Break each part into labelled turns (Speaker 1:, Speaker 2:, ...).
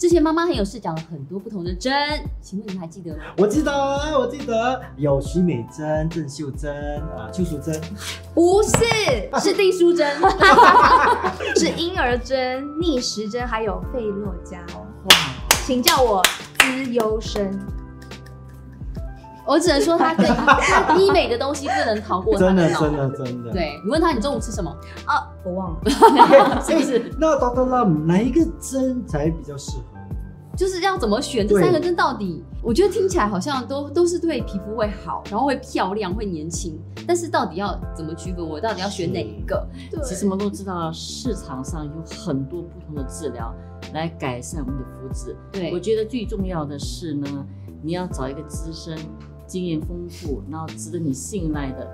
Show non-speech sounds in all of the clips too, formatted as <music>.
Speaker 1: 之前妈妈很有事讲了很多不同的针，请问你们还记得
Speaker 2: <laughs>
Speaker 1: 吗？
Speaker 2: 我记得，哎我记得有徐美珍、郑秀珍啊、邱淑贞，
Speaker 3: 不是，
Speaker 1: 是订书针，
Speaker 3: 是婴儿针、逆时针，还有费洛嘉。
Speaker 2: 哇，
Speaker 3: 请叫我资优生。
Speaker 1: 我只能说他跟他医美的东西不能逃过他
Speaker 2: 真的
Speaker 1: 脑。
Speaker 2: 真的真的。 <laughs>
Speaker 1: 对你问他你中午吃什么，
Speaker 3: 啊，我忘了，
Speaker 1: 是不是？
Speaker 2: 那 Doctor Lam 哪一个针才比较适合你？
Speaker 1: 就是要怎么选这
Speaker 2: 对
Speaker 1: 三个针到底？我觉得听起来好像都都是对皮肤会好，然后会漂亮，会年轻，但是到底要怎么区分？我到底要选哪一个？
Speaker 3: 对
Speaker 4: 其实我们都知道，市场上有很多不同的治疗来改善我们的肤质。
Speaker 1: 对
Speaker 4: 我，觉得最重要的是呢，你要找一个资深、经验丰富，然后值得你信赖的。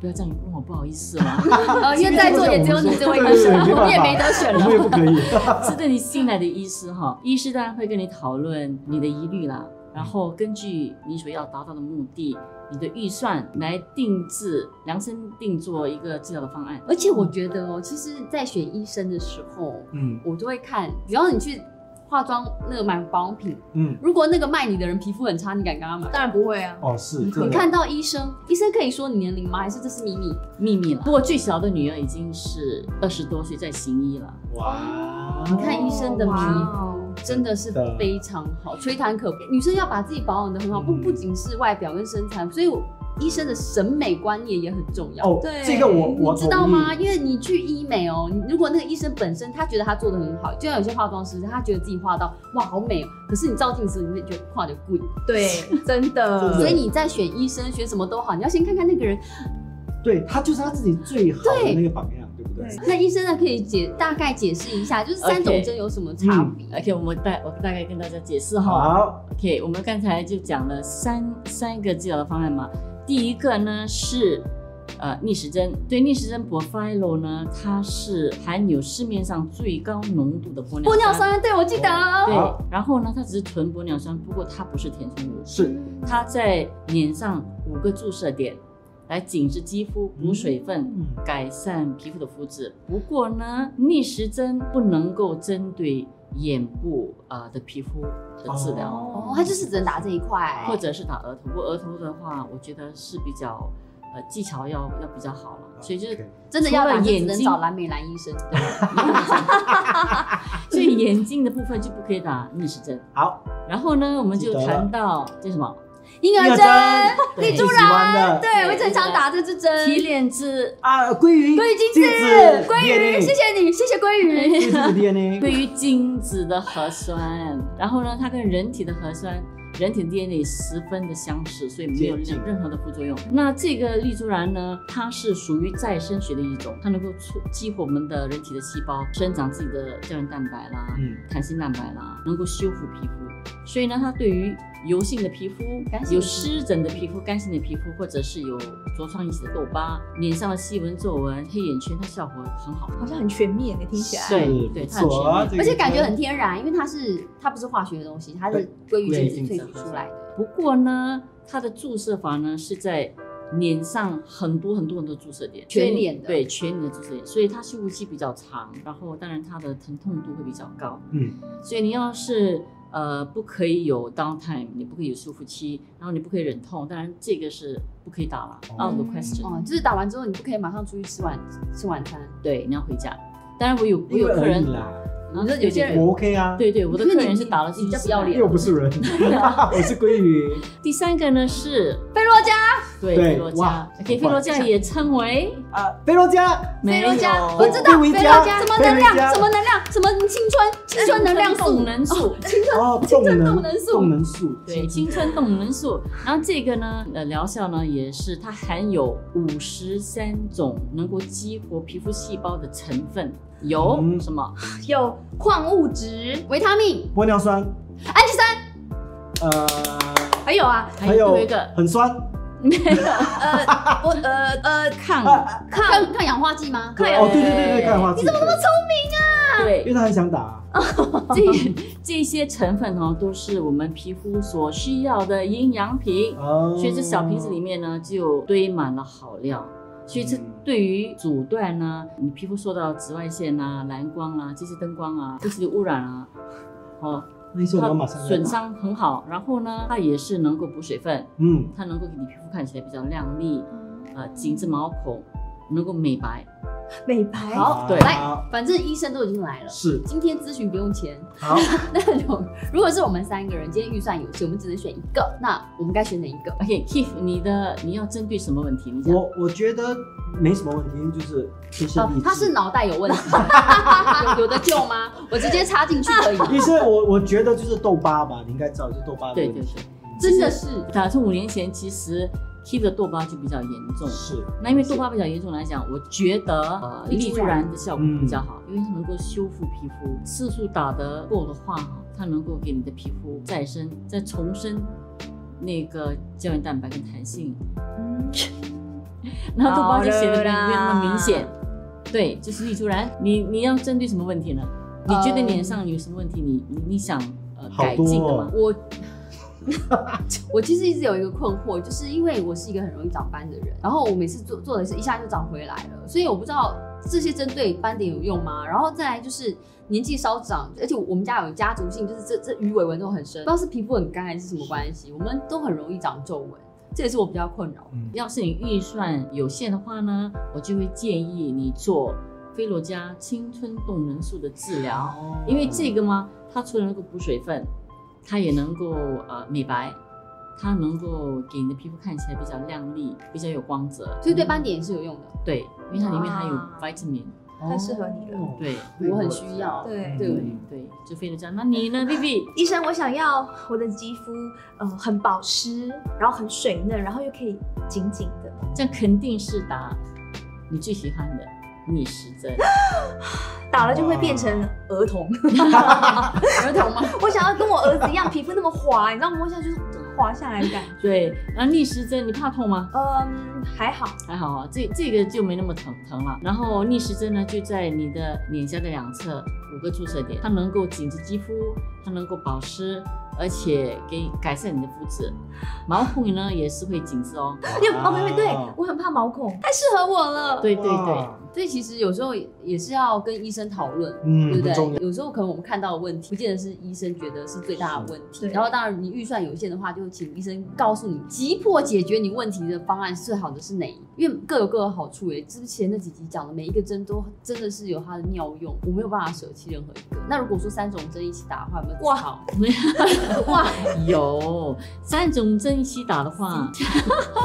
Speaker 4: 不要这样问我，不好意思啊嘛。
Speaker 1: 呃，因为在座也只有你这位医
Speaker 2: 对
Speaker 1: 生
Speaker 2: 对对没办，法
Speaker 1: 你也没得选
Speaker 2: 我
Speaker 1: 了
Speaker 2: 们。也不可以。
Speaker 4: 值得你信赖的医师哈，医师当然会跟你讨论你的疑虑啦，然后根据你所要达到的目的、你的预算来定制、量身定做一个治疗的方案。
Speaker 1: 而且我觉得哦，其实，在选医生的时候，
Speaker 2: 嗯
Speaker 1: 我就会看，只要你去化妆那个买保养品，
Speaker 2: 嗯，
Speaker 1: 如果那个卖你的人皮肤很差，你敢跟他买？
Speaker 3: 当然不会啊。
Speaker 2: 哦是，真
Speaker 1: 嗯
Speaker 2: 的
Speaker 1: 你看到医生，医生可以说你年龄吗？还是这是秘密？
Speaker 4: 秘密了。不过最小的女儿已经是二十多岁在行医了，
Speaker 2: 哇，
Speaker 1: 你看医生的皮
Speaker 2: 哦
Speaker 3: 哇
Speaker 1: 肤真的是非常好，吹弹可破。女生要把自己保养的很好，不
Speaker 2: 嗯
Speaker 1: 不仅是外表跟身材，所以我医生的审美观念也很重要。
Speaker 2: 哦，
Speaker 3: 对
Speaker 2: 这个我我
Speaker 1: 你知道
Speaker 2: 同意
Speaker 1: 吗？因为你去医美哦，你如果那个医生本身他觉得他做的很好，就像有些化妆师，他觉得自己化到哇好美哦，可是你照镜子你会觉得化的贵，
Speaker 3: 对，真
Speaker 2: 真
Speaker 1: <laughs>
Speaker 3: 的。
Speaker 2: 的
Speaker 1: 所以你在选医生选什么都好，你要先看看那个人。
Speaker 2: 对他就是他自己最好的那个榜样，对不对？
Speaker 3: 对
Speaker 1: 那医生呢可以解大概解释一下，就是三种
Speaker 4: OK 嗯
Speaker 1: 针有什么差别？
Speaker 4: OK，我们大我大概跟大家解释哈。
Speaker 2: 好，
Speaker 4: OK，我们刚才就讲了三三个治疗的方案嘛。第一个呢是呃逆时针，对逆时针 Profilo 呢，它是含有市面上最高浓度的玻
Speaker 1: 玻尿
Speaker 4: 酸。
Speaker 1: 酸，对我记得
Speaker 4: 对
Speaker 1: 哦，
Speaker 2: 好，
Speaker 4: 然后呢，它只是纯玻尿酸，不过它不是填充物，
Speaker 2: 是
Speaker 4: 它在脸上五个注射点来紧致肌肤、补水分、
Speaker 2: 嗯
Speaker 4: 改善皮肤的肤质。不过呢，逆时针不能够针对眼部啊、呃的皮肤的治疗，
Speaker 1: 哦，他就是只能打这一块，
Speaker 4: 或者是打额头。不过额头的话，我觉得是比较呃技巧要要比较好
Speaker 2: 啊
Speaker 4: 了，所以就是。
Speaker 1: 真的要打
Speaker 4: 除了
Speaker 1: 就只
Speaker 4: 眼
Speaker 1: 能
Speaker 4: 睛
Speaker 1: 找蓝美兰医生。
Speaker 4: <laughs> 所以眼睛的部分就不可以打逆时针。
Speaker 2: 好，
Speaker 4: 然后呢，我们就
Speaker 2: 记得了
Speaker 4: 谈到这什么
Speaker 1: 婴儿针，
Speaker 4: 对
Speaker 1: 丽珠
Speaker 2: 最喜欢
Speaker 1: 兰，
Speaker 2: 的
Speaker 1: 对我一直很想打这支针。
Speaker 4: 提炼之
Speaker 2: 啊，鲑鱼，
Speaker 1: 鲑鱼精
Speaker 2: 精
Speaker 1: 子，
Speaker 2: 子
Speaker 1: 鲑鱼，
Speaker 2: DNA
Speaker 1: 谢谢你，谢谢鲑
Speaker 2: <laughs>
Speaker 1: 鱼。
Speaker 2: 这是 DNA，
Speaker 4: 对于精子的核酸，然后呢，它跟人体的核酸。人体的 DNA 十分的相似，所以没有
Speaker 2: 接近
Speaker 4: 任任何的副作用。那这个丽珠兰呢，它是属于再生学的一种，它能够促激活我们的人体的细胞生长自己的胶原蛋白啦、
Speaker 2: 嗯，
Speaker 4: 弹性蛋白啦，能够修复皮肤。所以呢，它对于油性的皮肤
Speaker 1: 干性的皮、肤
Speaker 4: 有湿疹的皮肤、干性的皮肤，或者是有灼伤引起的痘疤、脸上的细纹、皱纹、黑眼圈，它效果很好。
Speaker 3: 好像很全面的，听起来。
Speaker 4: 对
Speaker 2: 是
Speaker 4: <laughs> 对
Speaker 2: 不错啊，这个
Speaker 1: 而且感觉很天然，因为它是它不是化学的东西，它是鲑鱼精子萃取出来的。
Speaker 4: 不过呢，它的注射法呢是在脸上很多很多很多注射点，
Speaker 1: 全脸的
Speaker 4: 对全脸的注射点，所以它修复期比较长，然后当然它的疼痛度会比较高，
Speaker 2: 嗯，
Speaker 4: 所以你要是呃不可以有 downtime，你不可以有修复期，然后你不可以忍痛，当然这个是不可以打了、
Speaker 2: 哦
Speaker 4: out of the question，、
Speaker 1: 哦，就是打完之后你不可以马上出去吃晚吃晚餐，
Speaker 4: 对，你要回家。当然我有我
Speaker 2: 因
Speaker 4: 有
Speaker 2: 为
Speaker 4: 客
Speaker 2: 而
Speaker 4: 人
Speaker 2: 已，啦，
Speaker 4: 啊
Speaker 1: 你说有些人
Speaker 2: 我 OK 啊，，
Speaker 4: 对对，我的
Speaker 1: 因为
Speaker 4: 客
Speaker 1: 你
Speaker 4: 人是打了
Speaker 1: 你你
Speaker 4: 去
Speaker 1: 就
Speaker 4: 吃
Speaker 1: 不要脸
Speaker 4: 饭
Speaker 2: 又不是人， <laughs> 我是鲑鱼，
Speaker 4: 第三个呢是
Speaker 1: 菲洛嘉，
Speaker 4: 对
Speaker 2: 对
Speaker 4: 菲罗
Speaker 2: 哇
Speaker 4: 嘉，给菲罗嘉也称为
Speaker 2: 啊，菲洛嘉，
Speaker 1: 菲
Speaker 4: 没
Speaker 1: 洛
Speaker 4: 有
Speaker 1: 嘉，我知道
Speaker 2: 贝
Speaker 1: 菲
Speaker 2: 维
Speaker 1: 洛
Speaker 2: 嘉
Speaker 1: 嘉什么
Speaker 2: 贝
Speaker 1: 能
Speaker 2: 维
Speaker 1: 量，
Speaker 2: 嘉
Speaker 1: 什么能量，什么青春青春能量素
Speaker 4: 动，能素，
Speaker 2: 哦，
Speaker 1: 青
Speaker 2: 动
Speaker 1: 春
Speaker 2: 能
Speaker 1: 动能素
Speaker 2: 动能素，
Speaker 4: 对，青春动能素。然后这个呢，呃，疗效呢也是它含有五十三种能够激活皮肤细胞的成分，有
Speaker 2: 嗯
Speaker 4: 什么？
Speaker 3: 有矿物质，
Speaker 1: 维他命、
Speaker 2: 玻尿酸，
Speaker 1: 氨基酸，
Speaker 2: 呃，
Speaker 3: 还有啊，
Speaker 4: 还有一个
Speaker 2: 很酸，
Speaker 3: 呃，我呃呃，
Speaker 4: 抗，
Speaker 2: 啊
Speaker 3: 抗
Speaker 1: 抗抗氧化剂吗？
Speaker 3: 抗氧
Speaker 2: 哦，对对对对，看花，你怎么那么聪因为
Speaker 4: 对，
Speaker 2: 他很想打，
Speaker 4: 这 <laughs> 这些成分哦都是我们皮肤所需要的营养品。
Speaker 2: 哦，
Speaker 4: 所以这小瓶子里面呢就堆满了好料。所以这
Speaker 2: 嗯
Speaker 4: 对于阻断呢、你皮肤受到紫外线啊、蓝光啊、这些灯光啊、空气的污染啊，哦，
Speaker 2: 那时候我马上
Speaker 4: 它
Speaker 2: 要
Speaker 4: 损，伤很好，然后呢，它也是能够补水分，
Speaker 2: 嗯，
Speaker 4: 它能够给你皮肤看起来比较亮丽，呃，紧致毛孔，能够美白。
Speaker 3: 美白
Speaker 1: 好
Speaker 2: 啊
Speaker 4: 对
Speaker 1: 来，反正医生都已经来了。
Speaker 2: 是
Speaker 1: 今天咨询不用钱， <laughs>
Speaker 2: 好，
Speaker 1: 那就如果是我们三个人，今天预算有限，我们只能选一个，那我们该选哪一个？
Speaker 4: OK，Keith，、你的你要针对什么问题？你讲。
Speaker 2: 我我觉得没什么问题，就是其实
Speaker 1: 哦
Speaker 2: 理智
Speaker 1: 他是脑袋有问题，有有的救吗？我直接插进去可以吗？
Speaker 2: 医生，我我觉得就是痘疤吧，你应该知道就是痘疤的
Speaker 4: 对
Speaker 2: 问
Speaker 4: 对
Speaker 2: 题，
Speaker 1: 真的是
Speaker 4: 打从五年前，其实 Keith 的痘疤就比较严重。
Speaker 2: 是
Speaker 4: 那因为痘疤比较严重来讲，我觉得呃，
Speaker 1: 丽
Speaker 4: 丽
Speaker 1: 珠
Speaker 4: 珠
Speaker 1: 兰
Speaker 4: 兰的效果比
Speaker 2: 嗯
Speaker 4: 较好，因为它能够修复皮肤，次数打得够的话，它能够给你的皮肤再生、再重生那个胶原蛋白跟弹性，
Speaker 3: 嗯
Speaker 4: 然后痘疤就显得
Speaker 3: 好了
Speaker 4: 没
Speaker 3: 啦
Speaker 4: 没有那么明显。对，就是丽珠兰，你你要针对什么问题呢？你觉
Speaker 3: 嗯
Speaker 4: 得脸上有什么问题？你你你想呃
Speaker 2: 好
Speaker 4: 改进的
Speaker 2: 多
Speaker 4: 吗
Speaker 2: 哦？
Speaker 1: 我我其实一直有一个困惑，就是因为我是一个很容易长斑的人，然后我每次做做的是一下就长回来了，所以我不知道这些针对斑点有用吗？然后再来就是年纪稍长，而且我们家有家族性，就是这这鱼尾纹都很深，不知道是皮肤很干还是什么关系，我们都很容易长皱纹，这也是我比较困扰。
Speaker 2: 嗯
Speaker 4: 要是你预算有限的话呢，我就会建议你做菲洛嘉青春动能素的治疗，因为这个嘛，它除了能够补水分，它也能够呃美白，它能够给你的皮肤看起来比较亮丽，比较有光泽。
Speaker 1: 所以对斑点也是有用的。
Speaker 4: 对，因为它里面它有
Speaker 3: 哇
Speaker 4: vitamin，
Speaker 3: 太适合你了
Speaker 2: 哦
Speaker 4: 对
Speaker 1: 我很需要
Speaker 3: 对
Speaker 1: 对
Speaker 4: 对
Speaker 2: 嗯
Speaker 4: 对，就菲洛嘉。那你呢，Vivi？
Speaker 3: 医生，我想要我的肌肤，呃，很保湿，然后很水嫩，然后又可以紧紧的。
Speaker 4: 这样肯定是答你最喜欢的逆时针。
Speaker 3: 打了就会变成儿童。 <laughs>
Speaker 1: 儿童吗？
Speaker 3: 我想要跟我儿子一样，皮肤那么滑，你知道摸下去就是滑下来的感觉。
Speaker 4: 对，然后逆时针你怕痛吗？
Speaker 3: 嗯，还好，
Speaker 4: 还好啊，这这个就没那么疼疼了。然后逆时针呢，就在你的脸颊的两侧五个注射点，它能够紧致肌肤，它能够保湿，而且给改善你的肤质，毛孔呢也是会紧致哦。
Speaker 3: 因为哦，没没对，
Speaker 2: 啊
Speaker 3: 我很怕毛孔， <laughs> 太适合我了。
Speaker 4: 对对对，，
Speaker 1: 所以其实有时候也是要跟医生讨论，
Speaker 2: 嗯，
Speaker 1: 对不
Speaker 2: 很重要
Speaker 1: 对？有时候可能我们看到的问题，不见得是医生觉得是最大的问题。
Speaker 3: 对
Speaker 1: 然后当然你预算有限的话，就请医生告诉你急迫解决你问题的方案最好的是哪一，因为各有各的好处耶。之前那几集讲的每一个针都真的是有它的妙用，我没有办法舍弃任何一个。那如果说三种针一起打的话，有没有
Speaker 3: 哇
Speaker 1: 好？
Speaker 3: 哇，
Speaker 4: 有三种针一起打的话，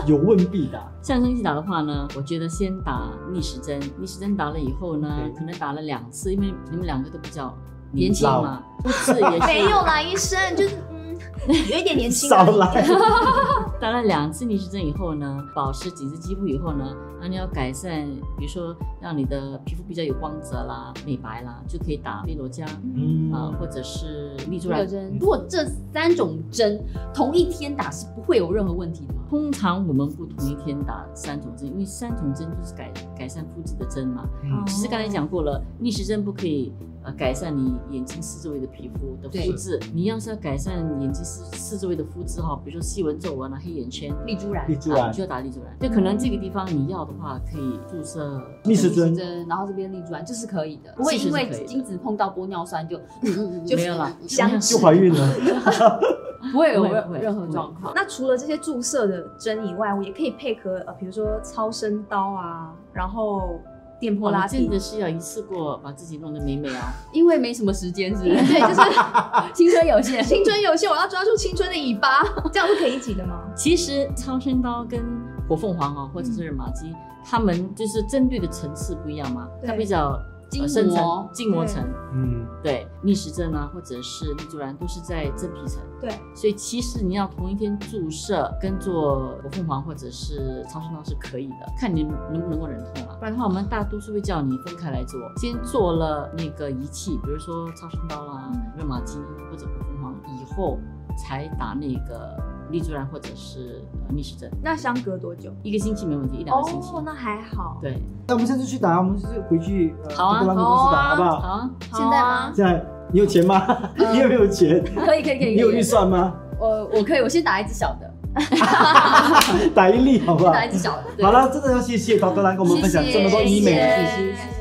Speaker 2: 有问必答，
Speaker 4: 三种针一起打的话呢，我觉得先打逆时针，逆时针打了以后呢，
Speaker 2: 对
Speaker 4: 可能打了两次，因为你们两个都比较
Speaker 1: 年
Speaker 4: 年轻
Speaker 2: 老
Speaker 4: 嘛，不是也是
Speaker 3: 没有啦，医生，就是嗯，有一点年轻啊。
Speaker 2: 少来，
Speaker 4: 打了两次逆时针以后呢，保湿紧致肌肤以后呢，那你要改善，比如说让你的皮肤比较有光泽啦、美白啦，就可以打菲罗嘉啊、
Speaker 2: 嗯
Speaker 4: 或者是丽珠
Speaker 1: 如果
Speaker 4: 兰。
Speaker 1: 针，嗯如果这三种针同一天打是不会有任何问题的吗？
Speaker 4: 通常我们不同一天打三种针，因为三种针就是改改善肤质的针嘛。
Speaker 2: 嗯
Speaker 4: 其实刚才讲过了，逆时针不可以呃改善你眼睛四周围的皮肤的肤质，你要是要改善眼睛四四周围的肤质哈，比如说细纹、皱纹啊、黑眼圈，
Speaker 1: 丽珠兰
Speaker 2: 立住
Speaker 4: 啊，
Speaker 2: 来
Speaker 4: 你，就要打立珠兰。就可能这个地方你要的话，可以注射
Speaker 2: 逆时
Speaker 1: 针
Speaker 2: 针，
Speaker 1: 然后这边立珠兰就是可以的，不会因为精子碰到玻尿 <laughs> 酸就就
Speaker 4: 没有了，
Speaker 3: 想啊
Speaker 2: 就怀孕了，
Speaker 1: 不会有
Speaker 4: 不会不会
Speaker 1: 任何状况。
Speaker 3: 那除了这些注射的针以外，我也可以配合呃，比如说超声刀啊，然后电波
Speaker 4: 我
Speaker 3: 拉
Speaker 4: 啦，
Speaker 3: 提
Speaker 4: 真。的是要一次过把自己弄得美美啊！
Speaker 1: 因为没什么时间，是不是？
Speaker 3: 对，就是
Speaker 1: <laughs> 青春有限，
Speaker 3: 青春有限，我要抓住青春的尾巴， <laughs> 这样是可以一起的吗？
Speaker 4: 其实超声刀跟火凤凰哦，或者是热玛吉，他们就是针对的层次不一样嘛，
Speaker 3: 对
Speaker 4: 它比较
Speaker 1: 筋
Speaker 4: 呃深层
Speaker 1: 膜
Speaker 4: 筋膜层，
Speaker 2: <laughs> 嗯，
Speaker 4: 对逆时针啊，或者是丽珠兰都是在真皮层。
Speaker 3: 对，
Speaker 4: 所以其实你要同一天注射跟做火凤凰或者是超声刀是可以的，看你能不能够忍痛啊。不然的话，我们大多数会叫你分开来做，先做了那个仪器，比如说超声刀啦
Speaker 3: 嗯、
Speaker 4: 热玛吉或者火凤凰以后，才打那个丽珠兰或者是呃逆时针，
Speaker 3: 那相隔多久？
Speaker 4: 一个星期没问题，一两个星期。
Speaker 3: 哦，那还好。
Speaker 4: 对，
Speaker 2: 那我们下次去打，我们就是回去呃
Speaker 4: 好啊
Speaker 2: 多拉姆公司打好不
Speaker 4: 好
Speaker 2: 好？
Speaker 4: 啊，
Speaker 3: 好啊，
Speaker 1: 现在吗
Speaker 2: 现在你有钱吗？ <laughs> 你有没有钱？
Speaker 1: 可以可以可以，
Speaker 2: 你有预算吗？
Speaker 1: 我我可以，我先打一只小的，
Speaker 2: 打一粒好不
Speaker 1: 先
Speaker 2: 好？
Speaker 1: 打一只小的。对
Speaker 3: 啊
Speaker 2: 好，了，真的要谢谢导哥来跟我们分享这么多医美的
Speaker 1: 谢
Speaker 2: 信
Speaker 1: 谢
Speaker 2: 息。
Speaker 1: 谢谢